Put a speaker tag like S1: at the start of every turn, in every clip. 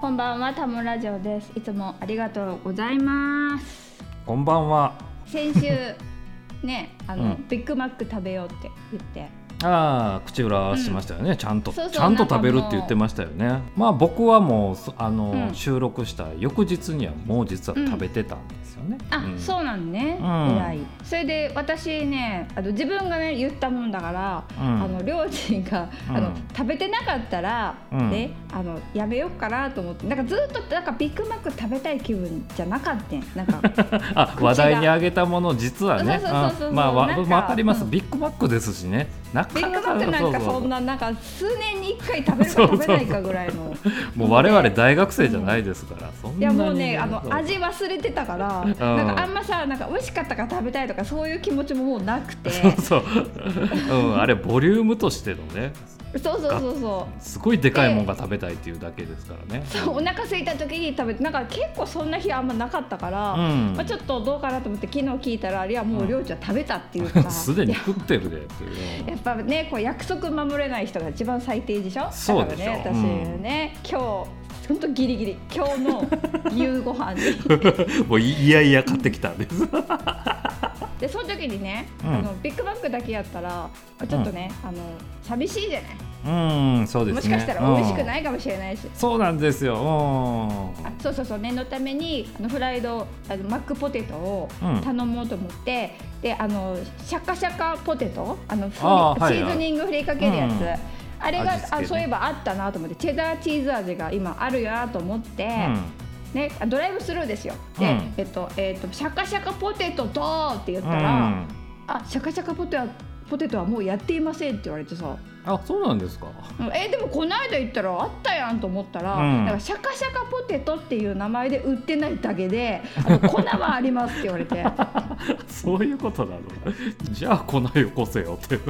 S1: こんばんはタモラジオですいつもありがとうございます
S2: こんばんは。
S1: 先 週ねあの、
S2: うん
S1: ビッグマック食べようって言って
S2: ああ口裏しましたよね、ちゃんと
S1: そうそう
S2: ちゃんと食べるって言ってましたよねまあ僕はもうそあの、
S1: うん
S2: 収録した翌日にはもう実は食べてたんですよね、
S1: あ、そうなんね、
S2: うん
S1: 偉いそれで私ねあの自分がね言ったもんだから、
S2: うん
S1: あの両親が、
S2: うん
S1: あの食べてなかったら、
S2: うん
S1: ねあのやめようかなと思ってなんかずっとなんかビッグマック食べたい気分じゃなかったんなんか
S2: あ
S1: 口が
S2: 話題に挙げたもの実はね
S1: そうそうそうそう
S2: あまあわ
S1: なんか
S2: まあわかります、
S1: うん
S2: ビッグマックですしねな
S1: ビ
S2: か
S1: ッ
S2: な
S1: グマ
S2: か
S1: ックなんか
S2: そうそう
S1: そんななんか数年に1回食べるか
S2: そうそう
S1: 食べないかぐらいの
S2: もう我々大学生じゃないですから、そ
S1: い
S2: んな
S1: や
S2: に
S1: もうねあの
S2: そう
S1: 味忘れてたから、なんかあんまさなんか美味しかったから食べたいとかそういう気持ちももうなくて
S2: そう そう、うん、あれボリュームとしてのね
S1: そうそうそうそう
S2: すごいでかいもんが食べたいっていうだけですからね
S1: そうお腹空いた時に食べてなんか結構そんな日あんまなかったから、
S2: うん
S1: まあ、ちょっとどうかなと思って昨日聞いたらいやもうりょうちゃん食べたっていうか
S2: すでに食ってるでっていう
S1: やっぱねこう約束守れない人が一番最低でしょ
S2: そうでしょ
S1: だからね
S2: うん
S1: 私ね、今日本当ギリギリ今日の夕ご 飯に
S2: もういいやいや買ってきたんです。
S1: でその時にね、
S2: うん
S1: あのビッグバッグだけやったらちょっとね、あの寂しいじゃない、
S2: うん、そうですね。
S1: もしかしたら美味しく
S2: い。
S1: ないかもしれないし。
S2: そうなんですよ。
S1: あそうそうそう念のためにあのフライドあのマックポテトを
S2: うん
S1: 頼もうと思って、であのシャカシャカポテトあのふり
S2: あーはいはい
S1: シーズニングふりかけるやつ、
S2: うん
S1: あれが、
S2: 味付け
S1: あ
S2: ね
S1: そういえばあったなと思ってチェダーチーズ味が今あるよなと思って、
S2: う
S1: ね、あドライブスルーですよで、
S2: うん
S1: えっとえっと、シャカシャカポテトとーって言った
S2: ん。う
S1: ら、
S2: ん。
S1: あシャカシャカポテトポテトはもうやっていませんって言われてさ
S2: あ、そうなんですか。
S1: うんえーでもこの間行ったらあったやんと思ったら、
S2: うん
S1: なんかシャカシャカポテトっていう名前で売ってないだけであ の粉はありますって言われてだか
S2: そういうことなの。じゃあ粉よこせよって。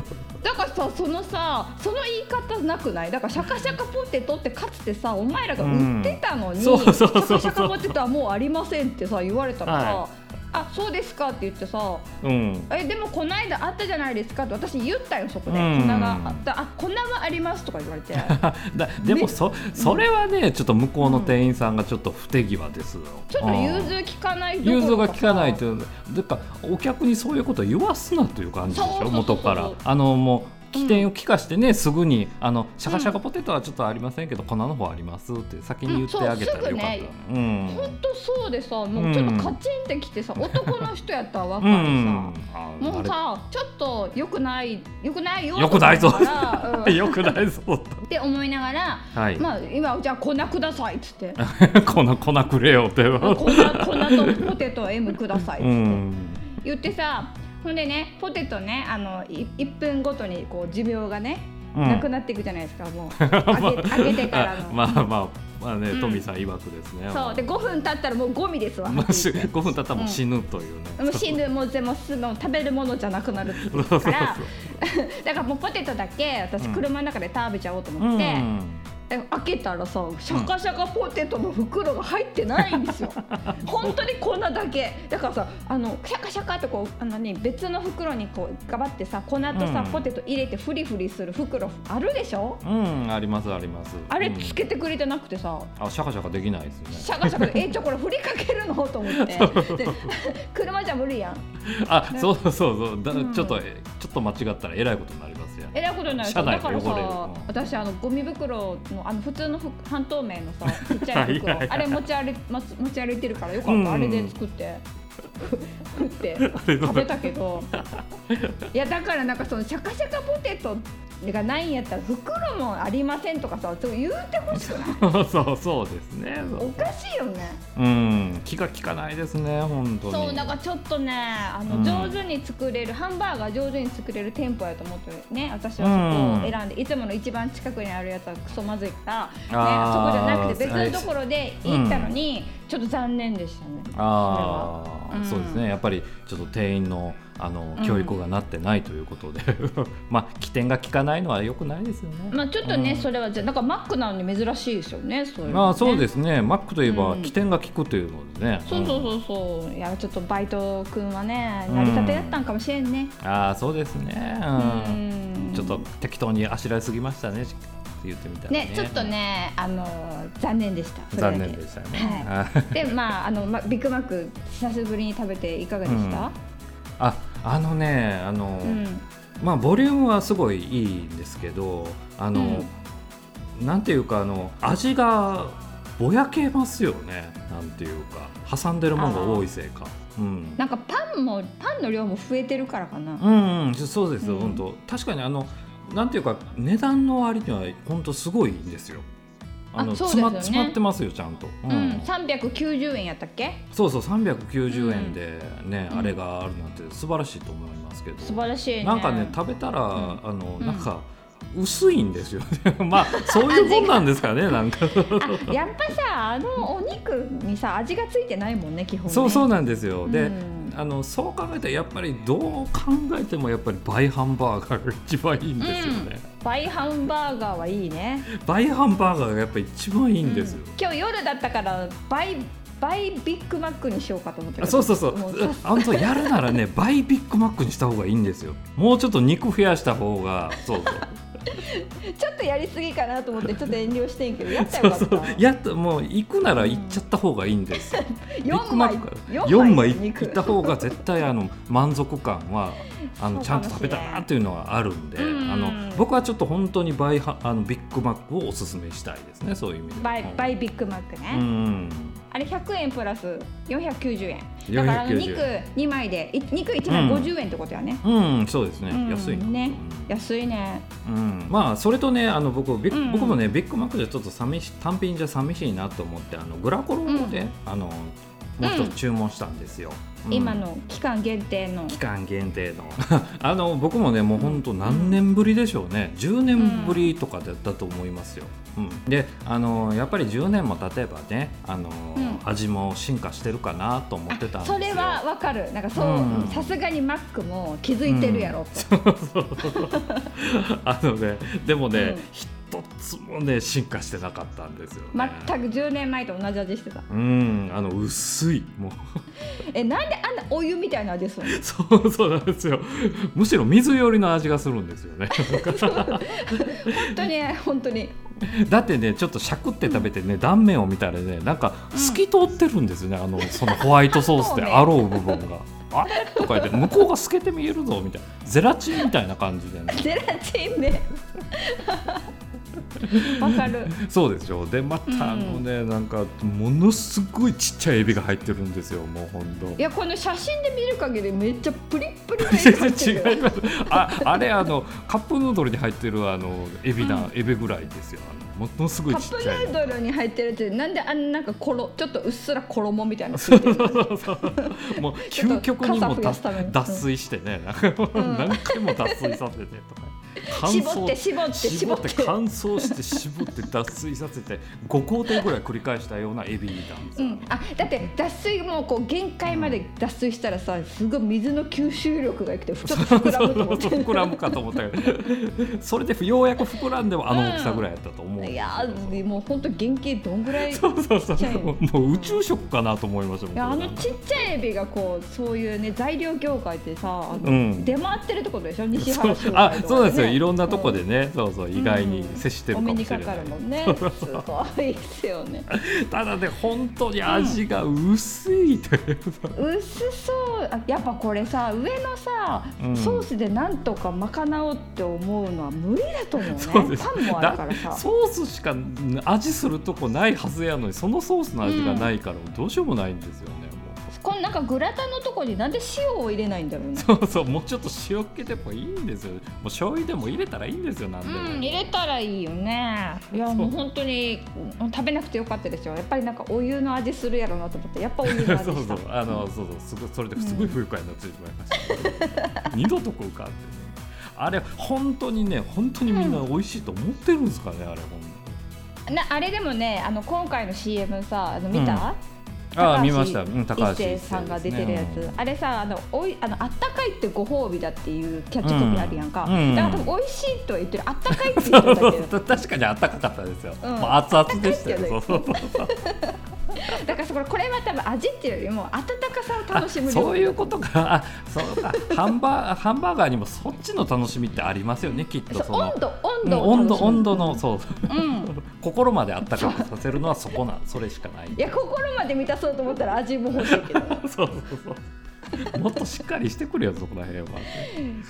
S1: らさそのさその言い方なくないだからシャカシャカポテトってかつてさお前らが売ってたのに、
S2: うんそうそうそうそう
S1: シャカシャカポテトはもうありませんってさ言われたらさ、
S2: は
S1: あそうですかって言ってさ
S2: うん。
S1: えでもこの間あったじゃないですかって私言ったよそこで、
S2: うん
S1: 粉があったあ粉はありますとか言われ て
S2: だでもそそれはねちょっと向こうの店員さんがちょっと不手際ですよ。
S1: ちょっと融通きかないどころ
S2: 融通が利かない
S1: さ
S2: というだからお客にそういうことを言わすなという感じでし
S1: そうそうそ
S2: ょ
S1: う
S2: 元からあのもう起点を利かしてね、すぐにあのシャカシャカポテトはちょっとありませんけど、粉の方ありますって先に言ってあげたらよかった、うん
S1: ほんとそうでさもうちょっとカチンってき てさ、男の人やったら分かるさ、
S2: うん
S1: もうさちょっとよくないよくないよ
S2: よくないぞ
S1: と思ったから、うん
S2: よくないぞ
S1: って思いながら、
S2: はい、
S1: まあ今じゃあ粉くださいっつっ て
S2: 粉粉くれよって
S1: 粉粉とポテト M くださいっつっ
S2: う
S1: て、
S2: ん
S1: 言ってさほんでねポテトねあのい1分ごとにこう寿命がね、
S2: うん
S1: なくなっていくじゃないですか もう開け開けてからの。
S2: まあまあまあね、
S1: うん
S2: トミーさん曰くですね
S1: そうで5分経ったらもうゴミですわ。
S2: まあ、し5分経ったらもう死ぬというね、
S1: もう死ぬもう全部すもう食べるものじゃなくなる
S2: そう そう
S1: か
S2: そう
S1: らだからもうポテトだけ私
S2: うん
S1: 車の中で食べちゃおうと
S2: う
S1: 思って、
S2: ん
S1: え開けたらさシャカシャカポテトの袋が入ってないんです よ本当に粉だけだからさあのシャカシャカってこうあの、ね、別の袋にこうガバってさ粉とさ、
S2: うん
S1: ポテト入れてフリフリする袋あるでしょ
S2: うん、ありますあります。
S1: あれ
S2: うん
S1: つけてくれてなくてさ、
S2: あ、シャカシャカできないですね。
S1: シャカシャ カで「えちょこれ振りかけるの?」と思ってで車じゃ無理やん
S2: あ、そうそうそう、だ、
S1: うん
S2: ちょっと、えちょっと間違ったら、えらいことになりますよ。
S1: えらいことになる
S2: 車内
S1: だ
S2: で
S1: から
S2: 汚れる
S1: さ
S2: うん
S1: 私あのゴミ袋のあの普通のふ半透明のさちっちゃい
S2: はいはい
S1: 袋
S2: はい
S1: あれ持ち歩い持ち持ち歩いてるからよか
S2: う
S1: っ
S2: ん
S1: たあれで作ってふ食って
S2: れどう
S1: 食べたけどいやだからなんかそのシャカシャカポテトがないんやったら袋もありませんとかさそう言うてほしくない
S2: そう、そうですね。
S1: おかしいよね
S2: うん、気が利かないですね、本当に。
S1: そうなんかちょっとねあの、
S2: うん
S1: 上手に作れるハンバーガー上手に作れる店舗やと思ってるね私はそこを選んで、いつもの一番近くにあるやつはクソまずいから、ね、そこじ
S2: あー
S1: ゃなくて別のところで行ったのに、ちょっと残念でしたね。
S2: ああ、
S1: うん
S2: そうですね。やっぱり、ちょっと店員の、あの
S1: うん、
S2: 教育がなってないということで。 まあ、起点が利かないのは良くないですよね。
S1: まあちょっとね、
S2: うん
S1: それはじゃなんかマックなのに珍しいですよねそういうのね
S2: まあ、そうですね。マックといえば
S1: う、ん
S2: 起点が利くというのでね。。
S1: そうそうんそうそういやちょっとバイト君はね成り立てだったんかもしれんね
S2: ああ、そうですね。
S1: う
S2: うん
S1: ん
S2: ちょっと適当にあしらいすぎましたね。言ってみたらね
S1: ね、ちょっとね、あのー残念でした。それだけ
S2: 残念でしたよね、
S1: はで、まあ、あの、まビッグマック、久しぶりに食べていかがでした。
S2: あ あのねあの、
S1: うん、
S2: まあボリュームはすごいいいんですけどあの、なんていうかあの味がぼやけますよねなんていうか挟んでるものが多いせいか。うん
S1: なんかパンも、パンの量も増えてるからかな。
S2: うん、うん、そうですよ、
S1: うん
S2: 本当確かにあのなんていうか値段の割には本当すごいんですよあの
S1: あそうですよね
S2: 詰ま詰まってますよちゃんと、う
S1: うん、三百九十円やったっけ。
S2: そうそう390円でね、
S1: うん
S2: あれがあるなんて素晴らしいと思いますけど、
S1: 素晴らしいね。
S2: なんかね食べたら、あのなんか薄いんですよね まあそう
S1: 味
S2: いう
S1: が
S2: もんなんですかねなんか
S1: あやっぱさあのお肉にさ味がついてないもんね基本ね
S2: そうそうなんですよ、
S1: う
S2: で
S1: ん
S2: あのそう考えたらやっぱりどう考えてもやっぱり倍ハンバーガーが一番いいんですよね、
S1: バイハンバーガーはいいね
S2: 倍ハンバーガーがやっぱ一番いい
S1: い
S2: んですよ、
S1: 今日夜だったからバイバイビッグマックにしようかと思ったけど
S2: あそうそうそう
S1: も
S2: うんあんとやるなら ね倍ビッグマックにした方がいいんですよもうちょっと肉増やした方がそう そう
S1: ちょっとやりすぎかなと思ってちょっと遠慮してんけどやった
S2: そ
S1: よ
S2: う
S1: かった
S2: そうやっともう行くなら行っちゃった方がいいんですよ、ビッ
S1: 4
S2: グマ
S1: 枚
S2: ック
S1: 四
S2: 4枚
S1: の肉
S2: 行った方が絶対あの満足感はあの
S1: そう
S2: ち
S1: か
S2: ゃ
S1: も
S2: んと食べた
S1: しれな
S2: ないっていうのはあるんで
S1: うん
S2: あの僕はちょっと本当に倍はあのビッグマックをおすすめしたいですねそういう意味で
S1: バイバ
S2: イ
S1: イビッグマック
S2: う
S1: ね、
S2: ん
S1: あれ100円プラス490円だからあの肉
S2: 490
S1: 2枚でい肉1枚50円ってことやね、
S2: 円うんそうですね、
S1: うん
S2: 安いな
S1: ね安いね
S2: うん、まあそれとねあの僕ビッグ
S1: うん
S2: 僕もねビッグマックでちょっと寂し単品じゃ寂しいなと思ってあのグラコロをね、あのもう一つ注文したんですよ、うん
S1: 今の期間限定の
S2: 期間限定の あの僕もねもう本当何年ぶりでしょうね、10年ぶりとかだったと思いますよ、うんであのやっぱり10年も経てばねあの、
S1: うん
S2: 味も進化してるかなと思ってた
S1: あ
S2: んですよ
S1: それはわかるなんかそう
S2: うん
S1: さすがにマックも気づいてるやろって、
S2: あのねでもね、
S1: うん
S2: 一つもね進化してなかったんですよ、ね、
S1: 全く10年前と同じ味してた
S2: うんあの薄いもう
S1: えなんであんなお湯みたいな味するの
S2: そうそうなんですよむしろ水寄りの味がするんですよね
S1: 本当に本当に
S2: だってねちょっとしゃくって食べてね断面を見たらねなんか透き通ってるんですよね、あのそのホワイトソースで
S1: そうね
S2: あろう部分 が。あれとか言って向こうが透けて見えるぞみたいなゼラチンみたいな感じでね
S1: ゼラチンで わかる
S2: そうでしょでまたあのね、なんかものすごいちっちゃいエビが入ってるんですよもうほんと
S1: いやこの写真で見る限りめっちゃプリップリの
S2: 全
S1: 絵が入ってる
S2: 然違います。あ、あれあのカップヌードルに入ってるあのエビな、
S1: うん
S2: エビぐらいですよ。あのものすごい
S1: カ
S2: ち
S1: ッ
S2: っ
S1: プ
S2: ちゃい
S1: ヌ
S2: の。
S1: ードルに入ってるってなんであんななんかころちょっとうっすら衣みたいなのついてるの
S2: もう
S1: ちょっと
S2: 究極にも
S1: 傘増やすために
S2: 脱水してね、なんかもう 何回も脱水させてとか。乾
S1: 絞って絞って
S2: 絞
S1: 絞
S2: っ
S1: って
S2: て乾燥して絞って脱水させて5工程ぐらい繰り返したようなエビなんです
S1: う
S2: よ。
S1: ん、あだって脱水もこう限界まで脱水したらさすごい水の吸収力がいくてちょっと膨らむと思って
S2: 膨らむかと思ったけど それでようやく膨らんでもあの大きさぐらいやったと思うんですけど
S1: いやーもう本当原型どんぐらいい
S2: そうそうそう
S1: ちっちゃい
S2: もうもう宇宙食かなと思いましたもん
S1: やあの
S2: こ
S1: ちっちゃいエビがこうそういうね材料業界でさ、あの
S2: うん
S1: 出回ってるってことでしょ西
S2: れ
S1: 原
S2: そ
S1: 商
S2: う
S1: 会
S2: あ
S1: とか
S2: そうなんですよ、いろんなとこ
S1: う
S2: でね、そうそう意外に接してる
S1: お
S2: か
S1: 目
S2: も
S1: に
S2: しれ
S1: か
S2: な
S1: か
S2: い
S1: る、もんねすごいですよね
S2: ただね本当に味が薄いという、
S1: 薄そうあやっぱこれさ上のさ、
S2: うん
S1: ソースでなんとか賄おうって思うのは無理だと思うね
S2: そうです
S1: パンもあるからさ
S2: ソースしか味するとこないはずやのにそのソースの味がないからどうしようもないんですよね、
S1: このなんかグラタンのとこになんで塩を入れないんだろうね。
S2: もうそう そうもうちょっと塩気でもいいんですよもう醤油でも入れたらいいんですよなんでも、
S1: うん、入れたらいいよね。いや、
S2: そう
S1: もう本当に、うん食べなくてよかったですよ。やっぱりなんかお湯の味するやろうなと思って、やっぱお湯の味した。
S2: そうそうあのそうそうすごいそれですごい不愉快になってしまいました、 二度と食うかってねあれ本当にね本当にみんな美味しいと思ってるんですかねあれ本
S1: な、あれでもね、あの今回の CM さ、あの見
S2: うん
S1: た。
S2: 当ああ見ました、うん、高橋
S1: 一生さんが出てるやつ、
S2: うん
S1: あれさあのおいあのあったかいってご褒美だっていうキャッチコピーあるやんか、
S2: うん
S1: だから多分美味しいとは言ってるあったかい って言ってるだけ
S2: そう確かにあったかかったですよ、
S1: うん
S2: もう熱々でしたよ、
S1: あったかいっ
S2: そうそうそう
S1: だからそこれこれは多分味っていうよりも温かさを
S2: あ
S1: 楽しむ料理
S2: そういうことかあそうかハンバーハンバーガーにもそっちの楽しみってありますよねきっと
S1: そう
S2: その
S1: 温度
S2: う
S1: 温
S2: ん
S1: 度を楽しむ
S2: 温度温度のそう
S1: うん
S2: 心まであったかくさせるのはそこなそれしかない
S1: いや心まで満たそうと思ったら味も欲しいけど
S2: そうそうそうもっとしっかりしてくれよそこら辺はい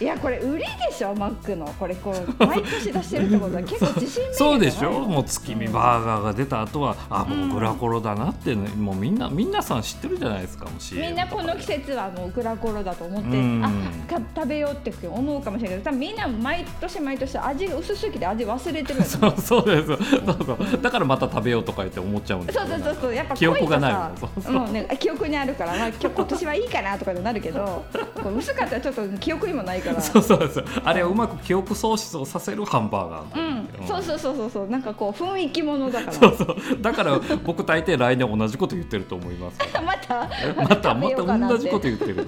S1: やこれ売りでしょマックのこれこう毎年出してるってことは結構自信ない
S2: そうでしょもう月見バーガーが出た後はあもうグラコロだなって、ねもうみんなみんなさん知ってるじゃないですかもう CM
S1: みんなこの季節はもうグラコロだと思って、
S2: うん
S1: あか食べようって思うかもしれないけど多分みんな毎年毎年味が薄すぎて味忘れてるのそう
S2: そうそうですそうそうだからまた食べようとか言って思っちゃうんです
S1: そうそうそうやっぱ
S2: 記憶がない
S1: 濃とさもうね記憶にあるから、まあ、今日今年はいいかなとかになるけど こう薄かったらちょっと記憶にもないから
S2: そうそうそうあれをうまく記憶喪失をさせるハンバーガー、
S1: うん、そう
S2: う
S1: そうそうそうそうなんかこう雰囲気ものだから
S2: そうそうだから僕大抵来年同じこと言ってると思います
S1: また
S2: また
S1: 食
S2: ま
S1: べようか
S2: た
S1: なって
S2: 同じこと言ってる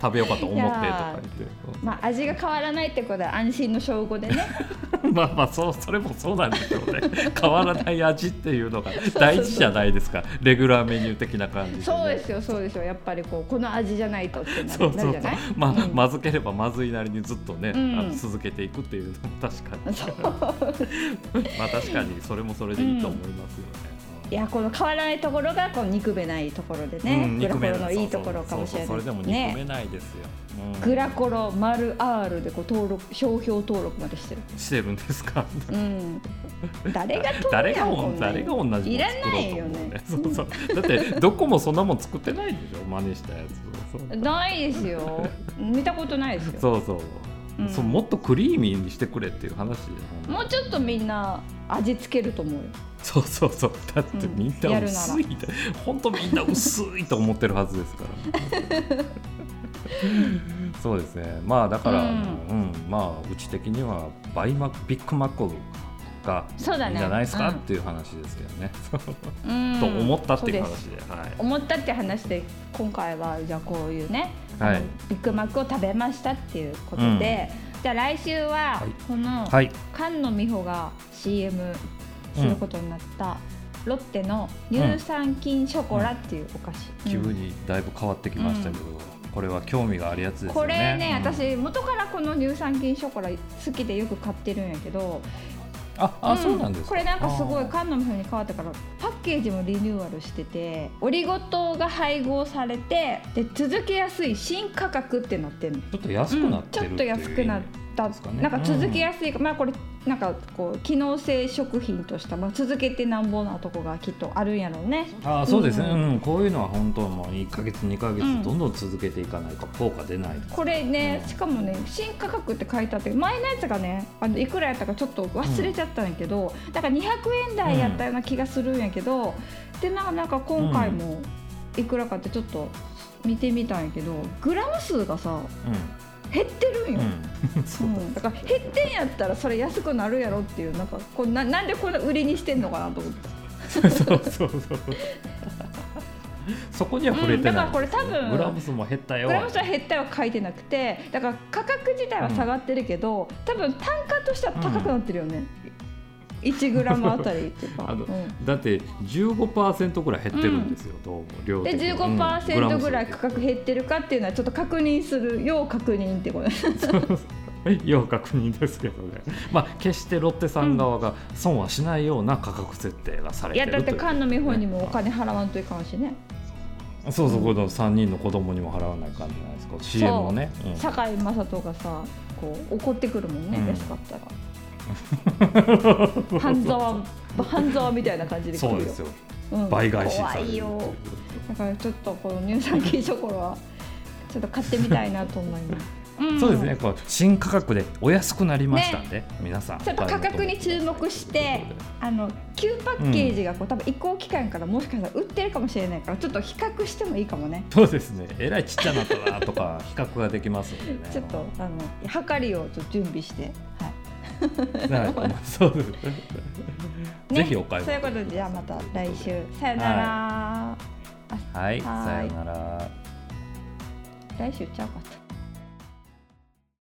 S2: 食べようかと思ってとか言ってうん
S1: まあ味が変わらないってことは安心の証拠でね
S2: まあまあそうそれもそうなんでしょうね 変わらない味っていうのが大事じゃないですかレギュラーメニュー的な感じでね、
S1: そうですよそうですよやっぱりこうこの味じゃないとってな
S2: そう
S1: る
S2: そ
S1: なる
S2: うそう
S1: じゃない
S2: まあ、
S1: うん
S2: まずければまずいなりにずっとね、
S1: うん
S2: あの続けていくっていうのも確かに
S1: そう
S2: まあ確かにそれもそれでいいと思いますよね、うん
S1: いやこの変わらないところがこの憎めないところでね、
S2: うん
S1: グラコ
S2: な
S1: ロのいいところかもしれない
S2: そうそうそれでも憎めないですよ、うん
S1: グラコロ丸 R でこう登録商標登録までしてる、
S2: してるんですか
S1: うん、誰が取る
S2: 誰
S1: や
S2: が
S1: ん
S2: も
S1: こんなん
S2: 誰が同じもの作
S1: いら
S2: ろう
S1: ない
S2: と思
S1: よ
S2: う
S1: ね
S2: そうそうだってどこもそんなもん作ってないでしょ真似したやつそう
S1: ないですよ見たことないですよ
S2: そうそう、
S1: うん
S2: そうもっとクリーミーにしてくれっていう話で
S1: もうちょっとみんな味付けると思うよ
S2: そうそうそうだって
S1: うん
S2: みんな
S1: やるなら
S2: 薄いって、本当みんな薄いと思ってるはずですから そうですねまあだから、う
S1: うん
S2: んまあうち的にはバイマビッグマックが
S1: そうだ
S2: いい
S1: ね
S2: んじゃないですか、
S1: うん
S2: っていう話ですけどね、
S1: うん
S2: と思ったっていう
S1: そうです
S2: 話ではい
S1: 思ったって話で今回はじゃあこういうね、
S2: はい
S1: あのビッグマックを食べましたっていうことで、じゃあ来週は
S2: はい
S1: この
S2: はい
S1: 菅野美穂が CM することになった、ロッテの乳酸菌ショコラっていうお菓子、
S2: 気
S1: うん
S2: 分にだいぶ変わってきましたけど、これは興味があるやつですよね
S1: これね、
S2: うん
S1: 私元からこの乳酸菌ショコラ好きでよく買ってるんやけど
S2: ああ、
S1: うん
S2: そうなんですか
S1: これなんかすごい
S2: あー
S1: 菅野美穂に変わってからパッケージもリニューアルしててオリゴ糖が配合されてで続けやすい新価格ってなってんの
S2: ちょっと安くなってる
S1: う
S2: っ
S1: ん
S2: て
S1: ちょっと
S2: いう
S1: 安くなった
S2: ですかね
S1: なんか続けやすい、まあこれなんかこう機能性食品とした、まあ、続けてなんぼなとこがきっとあるんやろうね
S2: あーそうですね、う
S1: うん
S2: こういうのは本当もう1か月2か月
S1: うん
S2: どんどん続けていかないと効果出ないです、
S1: これね
S2: うん
S1: しかもね新価格って書いてあって前のやつがねあのいくらやったかちょっと忘れちゃったんやけど、だから200円台やったような気がするんやけど、でなんかなんか今回もいくらかってちょっと見てみたんやけどグラム数がさ減ってるんよ。
S2: う
S1: うんん
S2: うんそうだ
S1: だから減ってんやったらそれ安くなるやろっていうなんかこうななんでこんな売りにしてんのかなと思って
S2: そうそうそう そこには触れてない、
S1: うんだからこれ多分
S2: グラム数も減ったよ
S1: グラム数は減ったは書いてなくてだから価格自体は下がってるけど、多分単価としては高くなってるよね、1グラム あたりっていうか、
S2: あの
S1: うん
S2: だって15%ぐらい減ってるんですよ、どうも量的
S1: で
S2: に
S1: 15%ぐらい価格
S2: っ
S1: 減ってるかっていうのはちょっと確認する要確認ってこと
S2: 要確認ですけどね、まあ、決してロッテさん側が損はしないような価格設定がさ
S1: い
S2: れて
S1: や
S2: る
S1: だって
S2: という
S1: 菅野美穂にもお金払わんといかんしね
S2: そうそうこの3人の子供にも払わない感じじゃないですか CM もね、うん
S1: 堺雅人がさこう怒ってくるもんね、
S2: うん
S1: 安かったら 半沢半沢みたいな感じで来る
S2: そ
S1: よ
S2: うですよ
S1: うん
S2: 倍返しさ
S1: 怖
S2: れる
S1: いよだからちょっとこの乳酸菌ショコラはちょっと買ってみたいなと思います。ん
S2: そうですねこう新価格でお安くなりましたんで、皆さん
S1: ちょっと価格に注目して、あの旧パッケージがこう多分移行期間からもしかしたら売ってるかもしれないから、ちょっと比較してもいいかもね。
S2: そうですねえらいちっちゃなったなとか比較ができますんでね
S1: ちょっとあの測りをちょっと準備して、は
S2: はいそうです、
S1: い。
S2: ぜひお買い
S1: そういう
S2: 物
S1: ことでじゃあまた来週さよなら。
S2: はい
S1: は
S2: さ
S1: い
S2: よなら
S1: 来週ちゃうかった。